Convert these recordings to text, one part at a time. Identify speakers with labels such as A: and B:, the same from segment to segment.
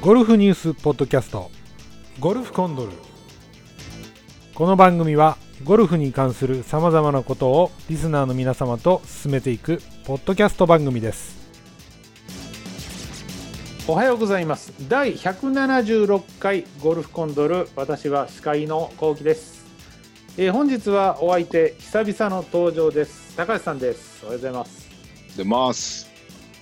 A: ゴルフニュースポッドキャストゴルフコンドルこの番組はゴルフに関するさまざまなことをリスナーの皆様と進めていくポッドキャスト番組です
B: おはようございます。第176回ゴルフコンドル、私は司会の幸喜です。えー本日はお相手、久々の登場です。高橋さんです。おはようございます。
C: 出ます。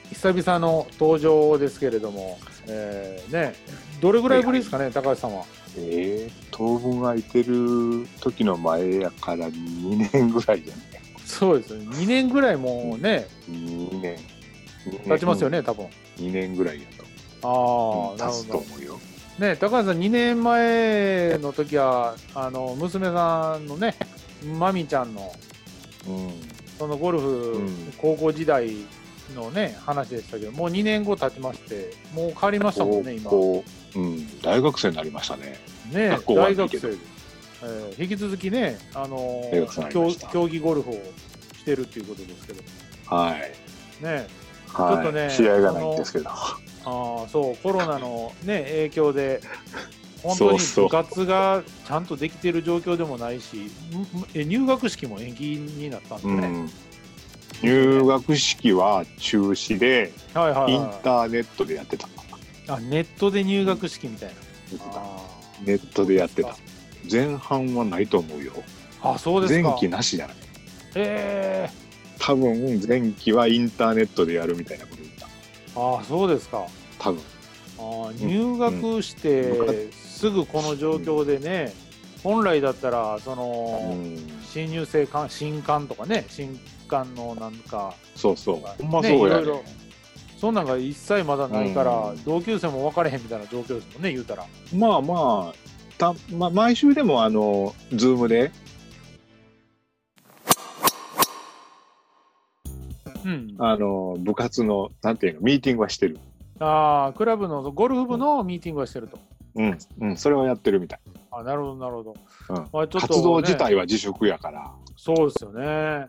B: 久々の登場ですけれども、えーね、どれぐらいぶりですかね、高橋さんは。
C: ええ当分空いてる時の前やから2年ぐらいやね。
B: そうですね、2年ぐらいもうね、
C: 2年。二年
B: 経ちますよ。ね、多分。
C: 2年ぐらいやと。
B: あ
C: うん
B: あ、なるほ
C: 経つと
B: ど。
C: 思うよ。
B: ね、高橋さん、2年前の時は、あの、娘さんのね、まみちゃんの、
C: うん。
B: そのゴルフ、
C: うん
B: 高校時代のね話でしたけどもう2年後経ちましてもう変わりましたもんね今ね
C: 高校、うん、大学生になりましたね。学校は
B: 大
C: いい
B: 学
C: けど
B: 生で、えー引き続きね、あのー
C: 大学生になり
B: 競
C: ました
B: 競技ゴルフをしてるっていうことですけど
C: はい。
B: ね
C: はい、
B: ちょっとね
C: 試合がないんですけど。
B: あーそうコロナの、 ね、影響で本当
C: そ
B: に
C: うそう
B: 部活がちゃんとできてる状況でもないしむむえ入学式も延期になったんで
C: う
B: ね、
C: ん。入学式は中止で、
B: はいはい、
C: イン
B: は
C: ターネットでやってた。
B: い、あネットで入学式みたいなあー
C: ネットでやってた。前半はないと思うよ。
B: あそうです
C: 前
B: か
C: 期なしじゃない。
B: ええ
C: 多分前期はインターネットでやるみたいなこと言った。
B: ああそうですか
C: 多分。
B: あー入学してすぐこの状況でね、本来だったらその、新入生か新刊とかね新刊のなんか
C: そうそう。
B: とか
C: ほんま
B: ね
C: そう
B: いろ
C: やね
B: いろそんなんが一切まだないから、
C: うん
B: 同級生も分かれへんみたいな状況ですもんね言うたら
C: まあまあ、たまあ、毎週でもあの、ズームで、
B: うんあ
C: あの、部活の、なんていうの、ミーティングはしてる。
B: あークラブのゴルフ部のミーティングはしてると、
C: うん。うん、それはやってるみたい。
B: あなるほどなるほど、
C: うん
B: まあ、ちょっとね
C: 活動自体は自粛やから。
B: そうですよね。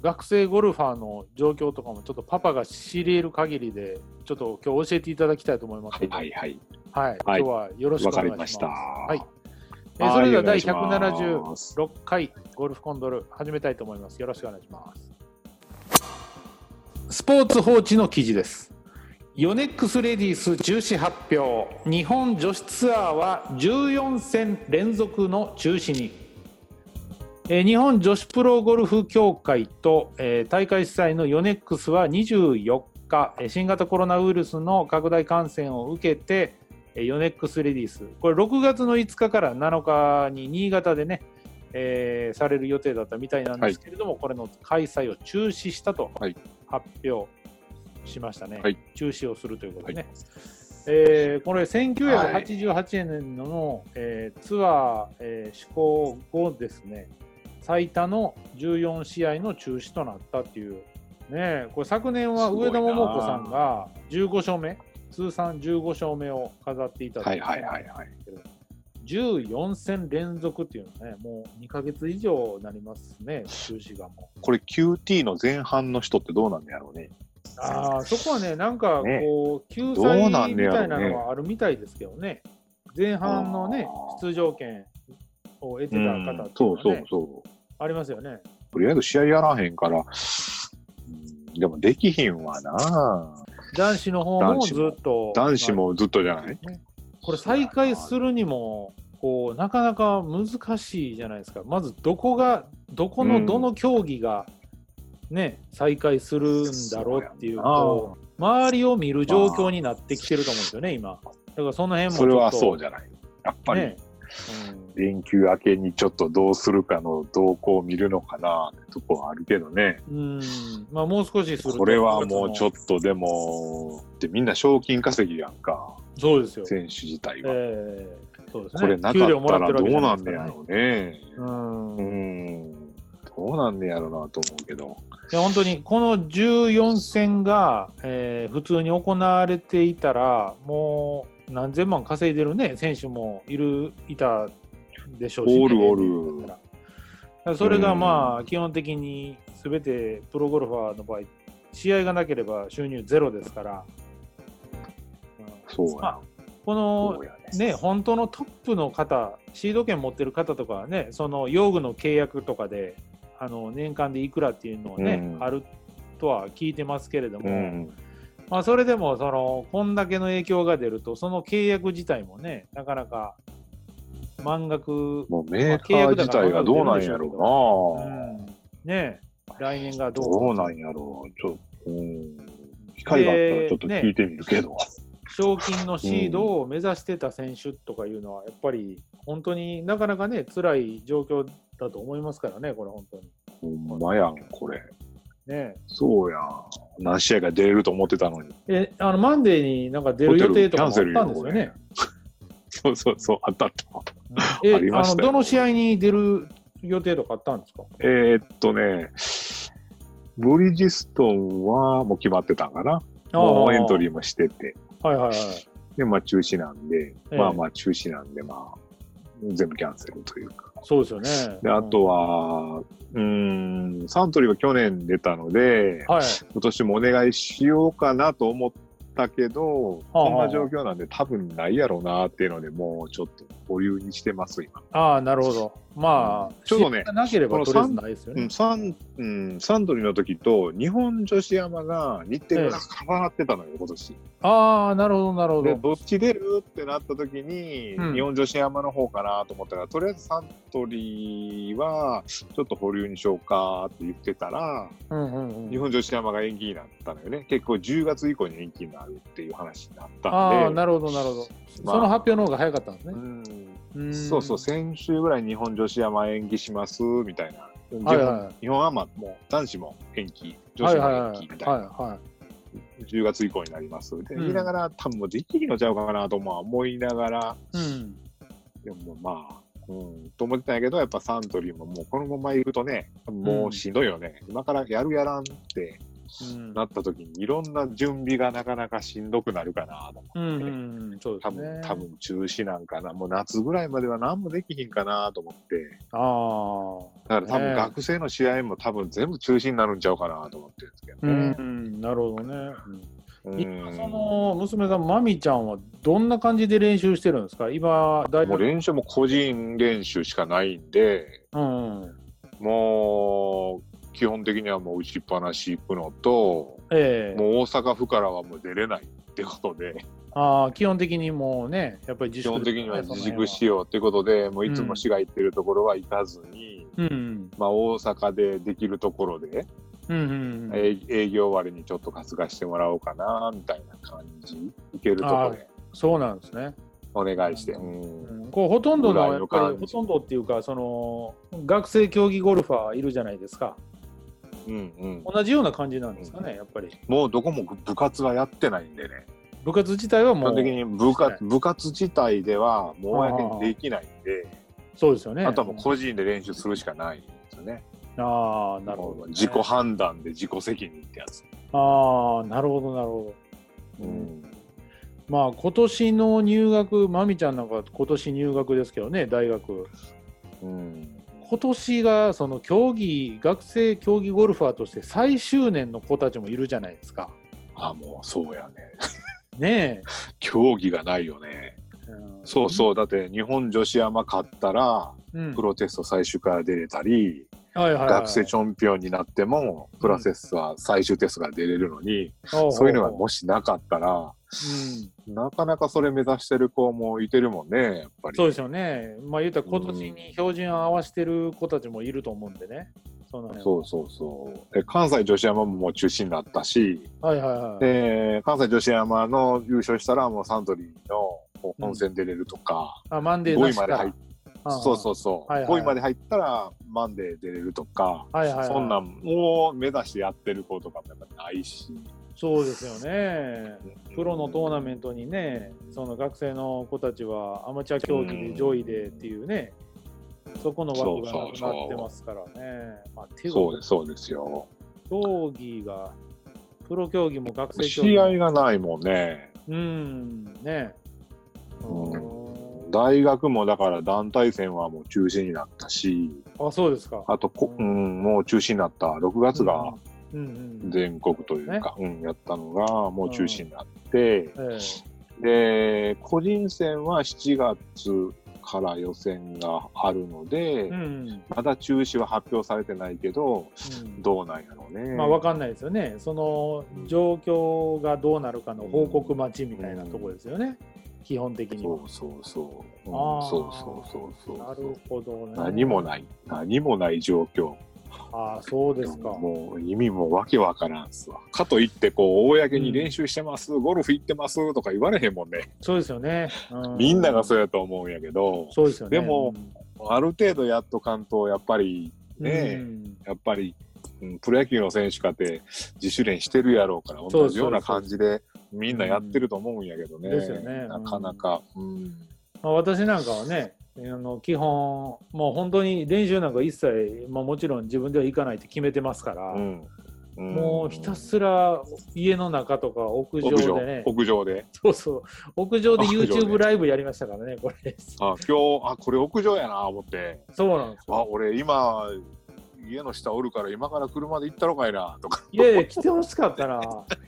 B: 学生ゴルファーの状況とかもちょっとパパが知り得る限りでちょっと今日教えていただきたいと思います
C: はいはいはい。
B: はい、
C: はい
B: 今日はよろしくお
C: わか
B: 願い
C: り
B: しま
C: ますした。
B: はい
C: は、
B: えーそれではい第。
C: お願いします
B: 176回ゴルフコンドル始めたいと思いますよろしくお願いしますスポーツ報知の記事ですヨネックスレディース中止発表日本女子ツアーは14戦連続の中止にえー日本女子プロゴルフ協会と、えー大会主催のヨネックスは24日、えー新型コロナウイルスの拡大感染を受けて、えーヨネックスレディース、これ6月の5日から7日に新潟でね、えーされる予定だったみたいなんですけれども、これの開催を中止したと
C: はい
B: 発表しましたね、
C: はい
B: 中止をするということでね。
C: はい
B: えーこれ1988年の、えーツアー、えー施行後ですね最多の14試合の中止となったっていう、ねえ、これ昨年は
C: すごい
B: 上
C: な
B: 田桃子さんが15勝目通算15勝目を飾っていたと
C: は
B: いう
C: いはいはいはい。
B: 14戦連続っていうのはねもう2ヶ月以上になりますね中止がもう。
C: これ QT の前半の人ってどうなんやろうね。
B: ああ、そこはね、なんか
C: ね
B: こう、救
C: どうな
B: 済
C: んね
B: み
C: や
B: た
C: ろ
B: いなのはあるみたいですけどね、前半のね
C: あ、ー
B: 出場権を得てた
C: う。
B: 方っていうんの
C: そう
B: は
C: そ
B: ね
C: うそう。
B: ありますよね。
C: とりあえず試合やらへんから、うんでもできひんわな。
B: 男子の方も
C: 男
B: ず
C: 子も
B: っと、
C: 男子もずっとじゃ
B: まあ
C: ない
B: これ、再開するにも、こう、なかなか難しいじゃないですか、まずどこが、どこ
C: う
B: の
C: ん
B: どの競技がね、再開するんだろうっていうと、周りを見る状況になってきてると思うんですよね、今。だからその辺も
C: それは
B: ちょっと
C: そうじゃない。やっぱり
B: ねうん
C: 連休明けにちょっとどうするかの動向を見るのかなってとこはあるけどね。
B: うんまあもう少しすると
C: これはもうちょっとでも、でみんな賞金稼ぎやんか、
B: そうですよ。
C: 選手自体
B: え
C: は。
B: えそうですね。
C: これなか
B: 給料
C: っ
B: もら
C: た
B: って
C: ら
B: る
C: ど
B: わけじ
C: う
B: ゃな
C: ないん
B: で
C: ね
B: す
C: や
B: からね
C: ろうね。
B: う。
C: うん
B: い
C: ん。どうなんねやろうなと思うけど。
B: や本当にこの14戦が、えー普通に行われていたらもう何千万稼いでるね選手もいるいたでしょうし、ね、
C: おるおる
B: だからだからそれがまあ基本的に全てプロゴルファーの場合試合がなければ収入ゼロですから、うん
C: そうや
B: まあ
C: な。
B: こ
C: そ
B: の
C: うやね
B: ね、本当のトップの方、シード権持ってる方とかはね、その用具の契約とかで、あの年間でいくらっていうのはね、
C: うん
B: あるとは聞いてますけれども、
C: うん、
B: まあ、それでもその、こんだけの影響が出ると、その契約自体もね、なかなか満額、
C: もうメーカー自体がどうなんやろう
B: う
C: な、
B: んね、来年がどう
C: どうなんやろうちょっと、うん、機会があったらちょっと聞いてみるけど、
B: 賞金のシードを目指してた選手とかいうのは、やっぱり本当になかなかね、辛い状況だと思いますからね、これ、本当に。
C: ほんまやんこれ
B: ね
C: そうやん何試合か出れると思ってたのに
B: え、あのマンデーになんか出る予定とかもあったんです
C: ホ
B: よ
C: テルキャンセルよ
B: ね。
C: そうそうそうあったあった
B: え、
C: ありま
B: あ
C: し
B: の
C: たよ
B: どの試合に出る予定とかあったんですか
C: えーっとね、ブリヂストンはもう決まってたんかな。もうエントリーもしてて。
B: ー。はいはいはい。
C: で、まあ中止なんで、
B: ええ
C: まあまあ中止なんで、まあ、全部キャンセルというか。
B: そうですよね。
C: で、あとは、うん、サントリーは去年出たので、
B: うん、はい。
C: 今年もお願いしようかなと思ったけど、
B: はあはあ
C: こんな状況なんで多分ないやろうなっていうので、もうちょっと保留にしてます、今。
B: ああ、なるほど。まあ、
C: ちょっとね
B: 知らなければとりあえずないですよ
C: う
B: ね
C: ん。サンうん、サンドリーの時と日本女子山が日程が重なってたのよ、今年。
B: ああ、なるほど、なるほ
C: で、
B: ど。
C: どっち出るってなった時に、
B: うん
C: 日本女子山の方かなと思ったから、とりあえずサントリーはちょっと保留にしようかって言ってたら、
B: うんうんう
C: 日
B: ん、
C: 本女子山が延期になったのよね。結構10月以降に延期になるっていう話になった
B: ああ、
C: んで。
B: なるほど、なるほど。
C: まあ
B: その発表の方が早かったんですね
C: う。ん
B: ん
C: そうそう、先週ぐらい日本女子山延期しますみたいな。
B: はいはい
C: 日本アマも男子も延期、女
B: は
C: 子
B: いはいは
C: も延
B: い
C: 期みたいな。
B: はいはい
C: 10月以降になります。で、
B: うん
C: 言いながら、多分もうできるのちゃうかなとまあ思いながら、
B: うん
C: でもまあ、うん、と思ってたんやけど、やっぱサントリーももうこのまま行くとね、もうしんどいよね。今からやるやらんって
B: うん
C: なった時に、いろんな準備がなかなかしんどくなるかなと思って。
B: うんうんうんそうで
C: 多
B: すね
C: 分、多分中止なんかな。もう夏ぐらいまでは何もできひんかなと思って。
B: あ
C: だから多
B: ね
C: 分学生の試合も多分全部中止になるんちゃうかなと思ってるんですけ
B: あ、
C: ど
B: う
C: ね。
B: ん、なるほどね。
C: うん
B: 今、その娘さん、まみちゃんはどんな感じで練習してるんですか今、大
C: もう練習も個人練習しかないんで、
B: うんうん、
C: もう基本的にはもう打ちっぱなし行くのと、
B: ええ
C: もう大阪府からはもう出れないってことで、
B: ああ基本的にもうね、やっぱり自
C: 基
B: 粛、
C: 本的には自粛し
B: よ
C: ようってことで、もういつも市が行ってるところは行かずに、
B: う。うん
C: まあ大阪でできるところで、
B: うんうんうん
C: 営営業終わりにちょっと担がしてもらおうかなみたいな感じ、行けるところで
B: そうなんですね。
C: お願いして。うん
B: こうほとんど
C: ぐら
B: の
C: い
B: やっ
C: の
B: ぱり
C: 感
B: ほ
C: じ
B: とんどっていうかその学生競技ゴルファーいるじゃないですか
C: うんうん
B: 同じような感じなんですかねやっぱり
C: もうどこも部活はやってないんでね。
B: 部活自体は
C: 基
B: も
C: 本
B: う
C: 的に部活部活自体ではもう公にできないんで、
B: そうですよね
C: あとはもう個人で練習するしかないんですよね。
B: ああなるほど、ね、
C: 自己判断で自己責任ってやつ。
B: ああなるほどなるほど、
C: うん
B: まあ今年の入学まみちゃんなんか今年入学ですけどね大学
C: うん
B: 今年がその競技学生競技ゴルファーとして最終年の子たちもいるじゃないですか
C: あもうそうやね。
B: ね
C: 競技がないよね。
B: え、うん
C: そうそう。だって日本女子山勝ったら
B: うん、
C: プロテスト最終から出れたり、
B: はいはいはい
C: 学生チャンピオンになってもプロテストは最終テストが出れるのに、そういうのがもしなかったら、
B: うん
C: なかなかそれ目指してる子もいてるもんね、やっぱり。
B: そうですよね。まあ言うたら今年に標準を合わせてる子たちもいると思うんでね。その辺
C: そうそうそう。で関西女子山ももう中止になったし、
B: はいはいはい。
C: で関西女子山の優勝したらもうサントリーのもう本戦出れるとか、
B: あ、マンデー
C: 5
B: な
C: 位
B: し
C: ま
B: か。
C: で入っそうそううそう、
B: はいはい
C: 5位まで入ったらマンデー出れるとか、
B: はいはいはい
C: そんなんを目指してやってる子とかもやっぱないし。
B: そうですよね。プロのトーナメントにね、その学生の子たちはアマチュア競技で上位でっていうね、そこの枠がなくなってますからね。まあ、ていうか
C: そうです、そうですよ。
B: 競技が、プロ競技も学生競技
C: 試
B: も。
C: 合がないもんね。
B: うん、ね。
C: うん
B: うん
C: 大学もだから団体戦はもう中止になったし、
B: あ、そうですか。
C: あとこ、うん、もう中止になった6月が、
B: うんうんうん
C: 全国というか、うん、やったのがもう中止になって、
B: ええ
C: で、個人戦は7月から予選があるので、
B: うん
C: まだ中止は発表されてないけど、
B: うん
C: どうなんやろうね。
B: まあ分かんないですよね、その状況がどうなるかの報告待ちみたいなところですよね、基本的には
C: そうそうそう。うん
B: あー
C: そうそうそうそう。
B: なるほどね。
C: 何もない、何もない状況。
B: ああ、そうですか。
C: もう意味もわけわからんっすわ。かといって、こう、公に練習してます、ゴルフ行ってますとか言われへんもんね。
B: そうですよね。う
C: みんながそううやと思うんやけど、
B: そうですよね。
C: でもある程度やっとかんと、やっぱり、
B: うん、
C: ねえ
B: うん
C: やっぱり、うんプロ野球の選手かって自主練してるやろうから、同じような感じでみんなやってると思うんやけどね。
B: うんですよね
C: なかなか。うん
B: まあ、私なんかはね、あの基本、もう本当に練習なんか一切、まあ、もちろん自分では行かないって決めてますから、
C: うん
B: もうひたすら家の中とか屋上
C: 屋上
B: でね、
C: 屋上で。
B: そうそう、屋上で
C: 屋上で
B: YouTube ライブやりましたからね、こ れ。
C: あ今日、あ、これ屋上やな、思って。
B: そうなんです
C: あ、
B: よ。
C: 俺今、家の下おるから今から車で行ったろかいな、とか。
B: いやいや、来てほしかったな。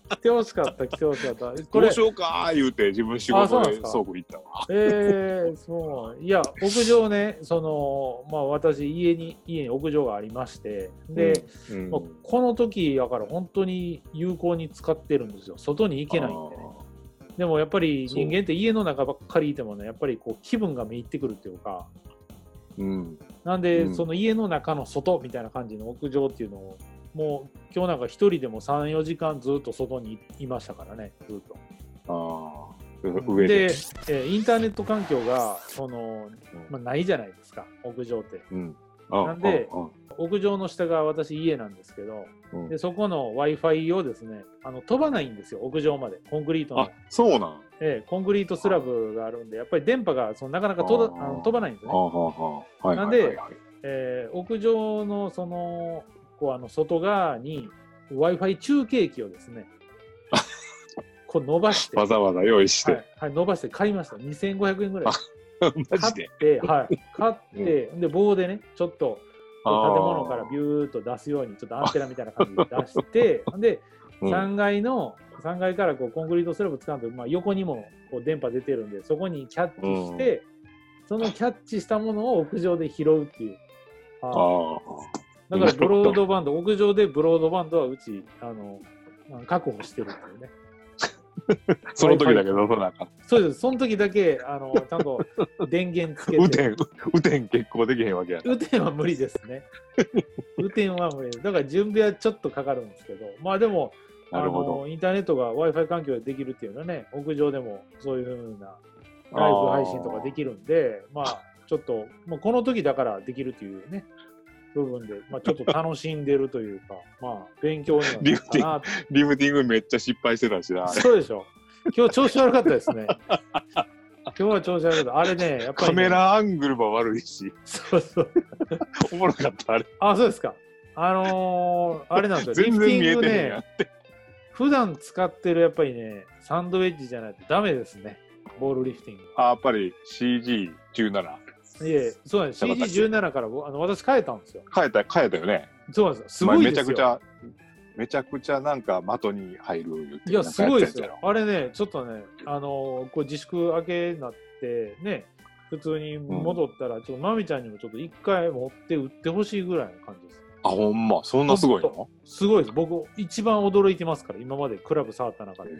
B: 来てほしかった、来てほしかった。こ
C: ど
B: れ
C: うし、ようかー言うて自分仕
B: あそうな
C: 事
B: んで
C: です
B: か
C: 倉庫行ったわ。
B: えー、そういや屋上ねそのまあ私家に家に屋上がありましてで、
C: うん、
B: まあこの時だから本当に有効に使ってるんですよ外に行けないんでねでもやっぱり人間って家の中ばっかりいてもねやっぱりこう気分がめいってくるっていうか
C: あーうん。
B: なんで、
C: うん
B: その家の中の外みたいな感じの屋上っていうのをもう今日なんか一人でも34時間ずっと外にいましたからねずっと。
C: ああ、上
B: で、
C: で。
B: えーインターネット環境がその、まあ、ないじゃないですか屋上って。
C: うん。あ
B: なんで、
C: ああ
B: 屋上の下が私家なんですけど
C: うん
B: でそこの w i f i をですねあの飛ばないんですよ屋上までコンクリートの
C: あ、、そうなん。
B: ええコンクリートスラブがあるんでやっぱり電波がそのなかなかとど
C: あー
B: あの飛ばないんです
C: は
B: よね、
C: あ、はあ、はあ。はい
B: なん
C: はい
B: で
C: はいはい。
B: ええ屋上のそのこうあの外側に w i f i 中継機をです ねこう伸ばして、は
C: わ
B: い
C: ざわざ用意して。
B: はい、伸ばして買いました2500円ぐらい
C: マ
B: 買
C: ジ
B: っ
C: で。
B: て、はい、買って、で棒でねちょっと建物からビューッと出すようにちょっとアンテナみたいな感じで出して で
C: うん
B: 3階の3階からこうコンクリートスラブ使うと、まあ、横にもこう電波出てるんでそこにキャッチして、そのキャッチしたものを屋上で拾うっていう。
C: あ
B: は
C: ー
B: いだからブロードバンド屋上でブロードバンドはうちあの確保してるんだよね。
C: その時だけど、そうなんか、
B: そうですその時だけあのちゃんと電源 つけ
C: 雨
B: て
C: 天、雨天結構できへんわけやな。
B: 雨天は無理です ね。雨天は無理です。だから準備はちょっとかかるんですけど、まあでも、あ
C: なるほ
B: のインターネットが Wi-Fi 環境でできるっていうのはね、屋上でもそういうふうな
C: ど。
B: ライブ配信とかで
C: る。
B: きるんで、まあちょっと、まあ、この時だからできるというね、部分で、まあ、ちょっと楽しんでるという か、まあ勉強にはなるかなって
C: リフティングめっちゃ失敗してたしな。あれ
B: そうでしょ。今日調子悪かったですね。今日は調子悪かった。あれね、やっぱりね、
C: カメラアングルも悪いし、
B: そうそう。
C: おもろかった、あれ。
B: あ、そうですか。あの ーあれなんですよ。
C: 全然見えて
B: リフティン
C: へん
B: グ
C: やん
B: ね、。普段使ってるやっぱりね、サンドウェッジじゃないとダメですね。ボールリフティング。
C: あ、やっぱり CG17。
B: いえ、そうなんです。
C: よかったっけ
B: CG17 からぼあの私変えたんですよ。
C: 変えた、変えたよね。
B: そうなんですよ。すごいですよ。
C: めちゃくちゃ、めちゃくちゃなんか的に入る言うて
B: いや、
C: なん
B: す
C: か
B: ごい
C: や
B: で
C: って
B: す
C: たや
B: よ。あれね、ちょっとね、あのーこう自粛明けになってね、普通に戻ったら、ちょっとまみちゃんにもちょっと一回持って売ってほしいぐらいの感じです。
C: つやろあ、ほんま、そんなすごいの
B: すごいです。僕、一番驚いてますから、今までクラブ触った中で。
C: へ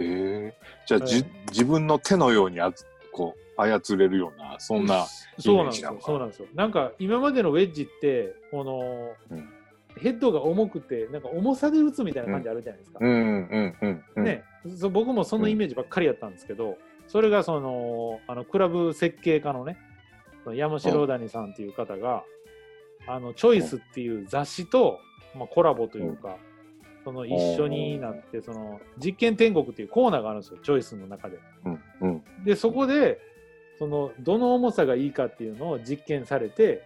C: え。じゃあ、じ自分の手のようにあつこう操れるような、そんな。
B: そうなんです
C: イメージなの
B: よ。
C: か
B: そうなんですよ。なんか今までのウェッジってこの、
C: うん
B: ヘッドが重くてなんか重さで打つみたいな感じあるじゃないですか。
C: うんうんうんうん。
B: ね、そ僕もそのイメージばっかりやったんですけど、それがそのあのクラブ設計家のねその山城谷さんっていう方が「あのチョイス」っていう雑誌と、まあ、コラボというか、その一緒になってその実験天国っていうコーナーがあるんですよチョイスの中で。
C: うんうん。
B: でそこでそのどの重さがいいかっていうのを実験されて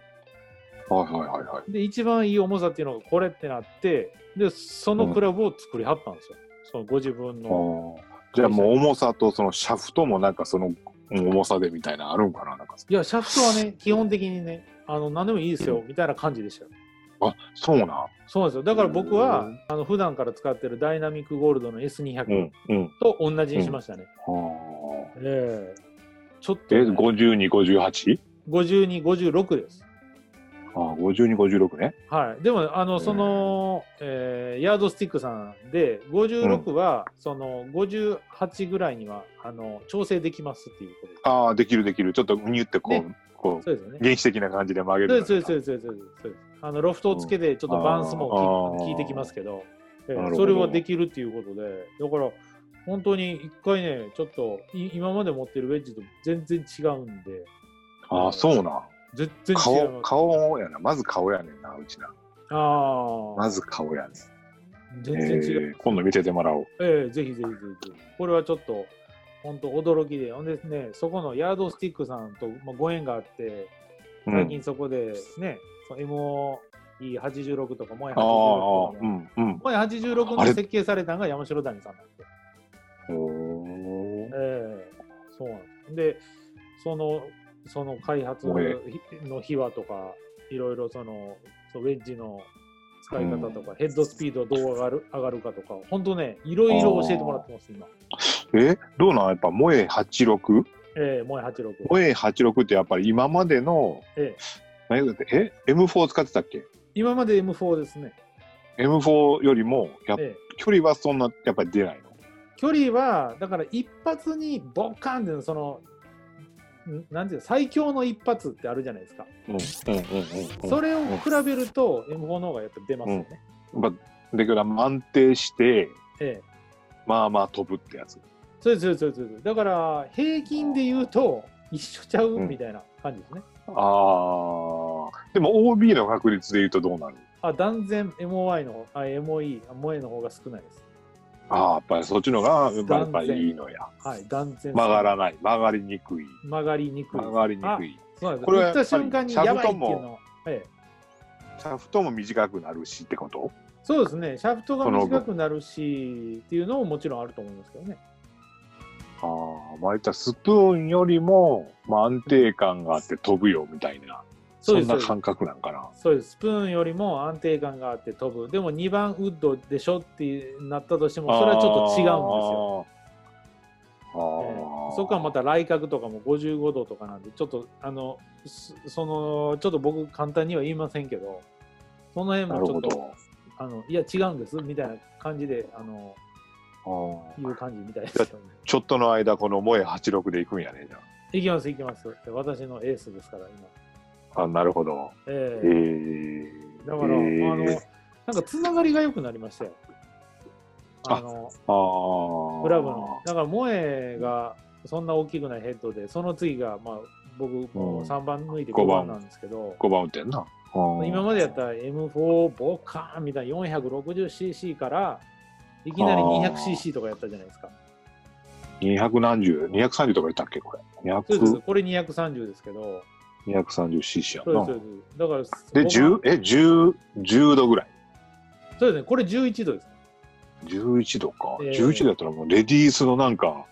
C: はいはいはいはい。
B: で一番いい重さっていうのがこれってなってでそのクラブを作りはったんですよ、そのご自分
C: あ
B: の。
C: ーじゃあもう重さとそのシャフトもなんかその重さでみたいなのあるんかななんか
B: いやシャフトはね基本的にねあの何でもいいですよみたいな感じでしたよ。
C: あ、そうなん。
B: そうなんですよだから僕は
C: うん
B: あの普段から使ってるダイナミックゴールドの
C: う
B: S200
C: ん、うん。
B: と同じにしましたね、
C: は
B: ええちょっ
C: あ
B: と、
C: え、
B: ね、
C: 52、58?
B: 5256です
C: ああ、52、56ね。
B: はい、でもあのその、えーヤードスティックさんで56は、その58ぐらいにはあの調整できますっていうことです。
C: ああ、できるできる。ちょっとうにゅってこう、
B: ね
C: こう、
B: そうですよね。
C: 原始的な感じで曲げ
B: そうで
C: る。
B: すそうですそうですそうですそうですそうです。あのロフトをつけてちょっとバウンスも
C: うんあー
B: 効いてきますけど、えー
C: なるほど
B: それはできるっていうことで、だから本当に一回ねちょっとい今まで持ってるウェッジと全然違うんで、
C: ああ、そうなん。
B: 全然違い
C: 顔、
B: ます。
C: 顔やな。まず顔やねんな、うちな。
B: ああ、
C: まず顔やねん。
B: 全然違う。
C: えー今度見ててもらおう。
B: ええぜひぜひぜひぜひ。これはちょっと、本当驚きで。ほんでね、そこのヤードスティックさんとまあご縁があって、
C: う
B: 最
C: ん。
B: 近そこでね、その MOE86 とか、モエ86
C: ああ、ああ
B: とか
C: う
B: ね、
C: ん、うん。
B: モエ86
C: あ
B: の
C: れ
B: 設計されたのが山城谷さんなんで。
C: おー
B: ええそうなんです。で、その、その開発
C: モエ
B: の秘話とか、いろいろその、そうウェッジの使い方とか、ヘッドスピードどう上がる上がるかとか、本当ね、いろいろ教えてもらってます、今。
C: え、どうなんやっぱ、萌え 86?
B: ええモエ86。
C: 萌え86ってやっぱり今までの、
B: ええ
C: 何だってえ、M4 使ってたっけ
B: 今まで M4 ですね、
C: ?M4 よりも、やっぱ
B: ええ、
C: 距離はそんな、やっぱり出ないの。
B: 距離はだから一発にボッカンってそのんなんていうの最強の一発ってあるじゃないですか、
C: うん、うん、うん、うん。
B: それを比べると M4 の方がやっぱ出ますよね、
C: まあ、だから安定して、
B: ええ
C: まあまあ飛ぶってやつ。
B: そうですそうですそうですだから平均で言うと一緒ちゃうみたいな感じですね、
C: ああ。でも OB の確率で言うとどうなる
B: あ断然 MOI の方あ MOE あ MOE の方が少ないです
C: ああ、やっぱりそっちのが、やっ
B: 断然
C: ぱりいいのや。
B: はい断然
C: 曲がらない。曲がりにくい。
B: 曲がりにくい
C: 曲がりにくい。
B: あそうなんです
C: これは
B: 打った瞬間に
C: やっぱ
B: や
C: り
B: ばいっていうのはええ
C: シャフトも短くなるしってこと
B: そうですね、シャフトが短くなるしっていうのももちろんあると思いますけどね。
C: ああ、まあ言ったらスプーンよりも、まあ、安定感があって飛ぶよみたいな、
B: そうで
C: そん
B: す
C: な
B: そう
C: 感覚なんかな
B: で。すそうです、スプーンよりも安定感があって飛ぶ、でも2番ウッドでしょってなったとしても、それはちょっと違うんですよ。
C: あー。
B: え
C: あ
B: ー
C: ー
B: そこはまた来角とかも55度とかなんで、ちょっと、あの、すその、ちょっと僕、簡単には言いませんけど、その辺
C: な
B: も
C: る
B: ちょ
C: ほ
B: っと、
C: ど。
B: あのいや、違うんですみたいな感じで、あの、
C: あー
B: 言う感じみたいですけどね。
C: ちょっとの間、この萌え86で行くんやね、じゃ
B: いきます、いきます。私のエースですから、今。
C: あ。あなるほど。
B: え
C: え
B: ー
C: ー、
B: だから、
C: え
B: あの、
C: ー、
B: なんかつながりが良くなりましたよ。
C: あ
B: あの、
C: あの
B: クラブの。だから、萌えがそんな大きくないヘッドで、その次が、まあ、僕、もう3番抜いて
C: 五
B: 5
C: 番
B: 番なんですけど、
C: 5番打ってんな。あー
B: 今までやったら M4 ボッカーンみたいな 460cc から、いきなり
C: あー
B: 200cc とかやったじゃないですか。
C: 200何十 ?230 とか言ったっけこれ。
B: そうです
C: 200、
B: これ230ですけど、
C: 230cc
B: そうで
C: や
B: す、
C: ん
B: そ
C: な
B: う。です。だから、
C: で、10、え、10、10度ぐらい。
B: そうですね、これ11度です。
C: 11度か。
B: ええ
C: 11度だったらもうレディースのなんか、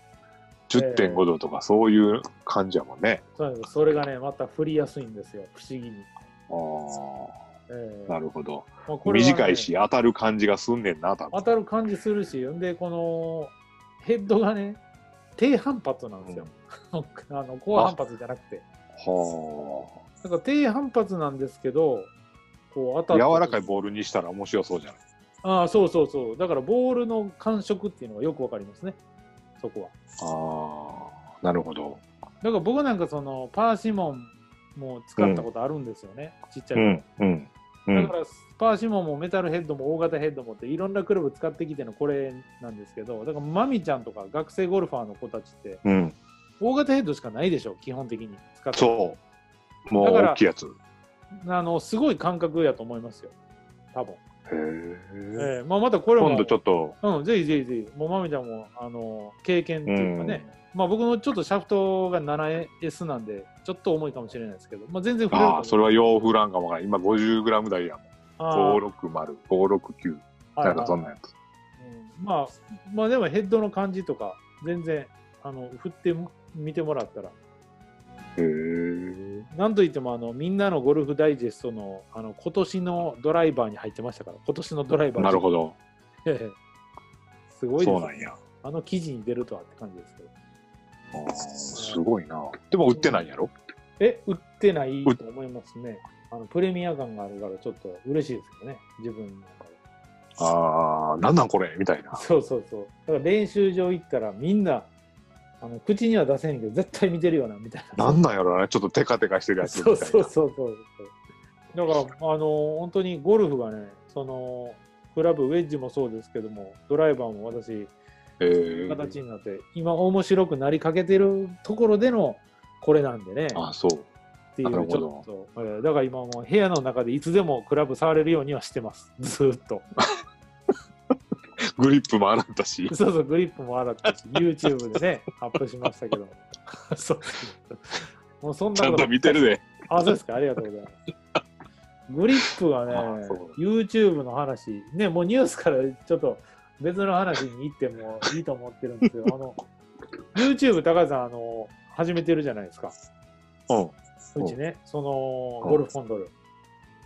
C: 10.5度とかそういう感じやもんね。
B: そうなんですそれがね、また振りやすいんですよ、不思議に。えー
C: ああ、なるほど。
B: まあこれはね
C: 短いし、当たる感じがすんねんな、多分
B: 当たる感じするし、んで、このヘッドがね、低反発なんですよ。 あの高反発じゃなくて。
C: は
B: なんか低反発なんですけど、こう当た
C: あ。
B: って
C: 柔らかいボールにしたら面白そうじゃない。
B: ああ、そうそうそう。だからボールの感触っていうのがよくわかりますね、そこは。
C: ああ、なるほど。
B: だから僕なんかそのパーシモンも使ったことあるんですよね、ちっちゃい頃。
C: うん、うん。う
B: だ
C: ん
B: か、らパーシモンもメタルヘッドも大型ヘッドもっていろんなクラブ使ってきてのこれなんですけどだからマミちゃんとか学生ゴルファーの子たちって
C: うん。
B: 大型ヘッドしかないでしょ基本的に使って
C: そう。もう
B: だから
C: 大きいやつ。へ
B: あのすごい感覚やと思いますよ多分、え
C: え。
B: えまあ、またこれも
C: 今度ちょっと、
B: うん、ぜひぜひぜひもうまみちゃんもあの経験というかね、まあ、僕のちょっとシャフトが 7S なんでちょっと重いかもしれないですけど、まあ、全然触れると
C: あ
B: 思
C: あ、
B: う
C: それは洋風なんかもが今 50g 台やもん。
B: あー
C: 560、569。なんかそんなやつ。
B: うんまあまあでもヘッドの感じとか全然あの振ってみてもらったら
C: へえ。
B: なんといってもあのみんなのゴルフダイジェストのあの今年のドライバーに入ってましたから今年のドライバー
C: なるほど。
B: ど すごいで
C: そう
B: す
C: なん
B: ね
C: や。
B: あの記事に出るとはって感じですけど
C: あーすごいな。でも売ってないんやろ
B: え売ってないと思いますねあのプレミア感があるからちょっと嬉しいですけどね自分の中で
C: ああ、なんなんこれみたいな。
B: そうそうそう。だから練習場行ったらみんな、あの口には出せへんけど、絶対見てるよな、みたいな。
C: なんなんやろな。ちょっとテカテカしてるやつみた
B: そ
C: いうな。
B: そうそうそう。だから、あの、本当にゴルフがね、その、クラブ、ウェッジもそうですけども、ドライバーも私、
C: えー
B: 形になって、今面白くなりかけてるところでの、これなんでね、っ
C: あそう。
B: ていう、
C: なるほ
B: ち
C: ど
B: ょっと、えーだから今もう部屋の中でいつでもクラブ触れるようにはしてます、ずーっと。
C: グリップも洗った し。
B: そうそう、グリップも洗ったし、YouTube で ね、アップしましたけども。 そうもうそんな
C: ちゃ
B: こ
C: ん
B: と
C: と。見てるで。
B: あ、そうですか、ありがとうございます。グリップはね
C: あそう、
B: YouTube の話、ね、もうニュースからちょっと別の話に行ってもいいと思ってるん ですけど、あの、YouTube、高橋さん、あの、始めてるじゃないですか。
C: うん。
B: うちね、その、
C: うん
B: ゴルフコンドル。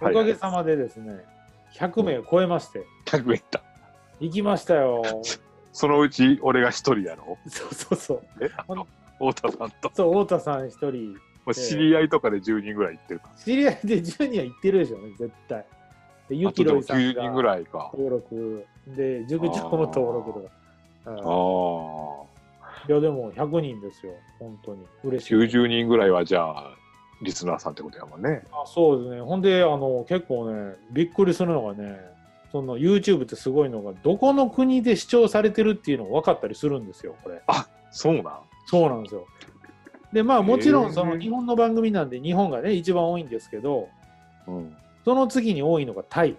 B: お
C: はい
B: かげさまでですね、100名超えまして、
C: 100円いった。
B: 行きました よ。
C: そのうち俺が一人やろ。
B: そうそうそう。
C: え、あの、太田さんと。
B: そう、太田さん一人、
C: もう知り合いとかで10人ぐらい行ってるから。
B: 知り合いで10人は行ってるでしょうね、絶対。で、ゆ
C: あと
B: き
C: で
B: ろ
C: も
B: いさん
C: 90人ぐ
B: が
C: らいか。
B: 登録、で、塾長も登録とか。
C: あ
B: うん
C: あ。
B: いや、でも100人ですよ、本当に。嬉しい。
C: 90人ぐらいはじゃあ、リスナーさんってことやもんね。
B: あそうですね。ほんで、あの、結構ね、びっくりするのがね、その YouTube ってすごいのが、どこの国で視聴されてるっていうのが分かったりするんですよ、これ。
C: そうなん
B: そうなんですよ。で、まあ、もちろ
C: へ
B: ん、
C: ー
B: その日本の番組なんで、日本がね、一番多いんですけど、
C: うん。
B: その次に多いのがタイ。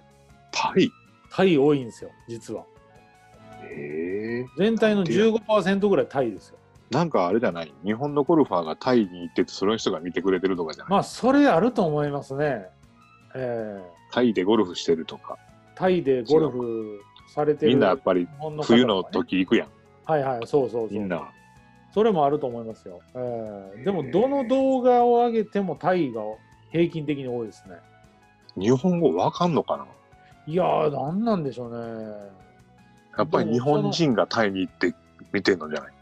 C: タイ
B: タイ多いんですよ、実は。
C: ええ
B: 全体の15%ぐらいタイですよ。
C: なんかあれじゃない日本のゴルファーがタイに行ってて、その人が見てくれてるとかじゃない、
B: まあ、それあると思いますね。え
C: タイでゴルフしてるとか。
B: ータイでゴルフされてる
C: みんなやっぱり
B: 日本の方
C: 冬
B: と
C: の
B: かね
C: 時行くやん。
B: はいはい、そうそうそう。
C: みんな。
B: それもあると思いますよ。えーでも、どの動画を上げてもタイが平均的に多いですね。
C: 日本語わかんのかない
B: やー、なんなんでしょうね。
C: やっぱり日本人がタイに行って見てんのじゃない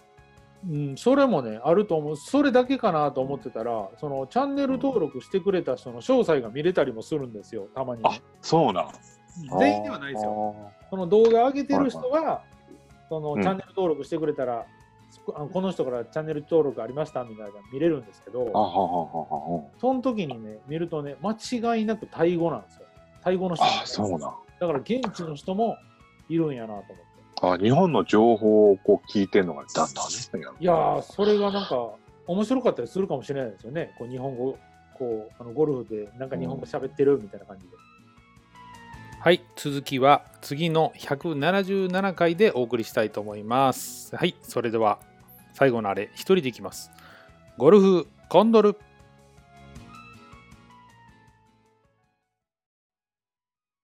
B: うん、それもね、あると思う。それだけかなと思ってたら、そのチャンネル登録してくれた人の詳細が見れたりもするんですよ、たまにね、
C: あ、そうなん。
B: 全員ではないですよ。
C: よ。
B: その動画上げてる人が、その
C: うん
B: チャンネル登録してくれたら、こあのこの人からチャンネル登録ありましたみたいなのが見れるんですけ
C: あは
B: ど、
C: はははは。
B: その時にね、見るとね、間違いなくタイ語なんですよ。タイ語の人もい
C: あ、
B: ます
C: そうなん。
B: だから現地の人もいるんやなと思って。
C: あ、日本の情報をこう聞いてんのがだんだんね。
B: いやー、それがなんか面白かったりするかもしれないですよね。こう日本語、こうあのゴルフでなんか日本語喋ってるみたいな感じで。はい、続きは次の177回でお送りしたいと思います。はい、それでは最後のあれ、一人でいきます。ゴルフ、コンドル。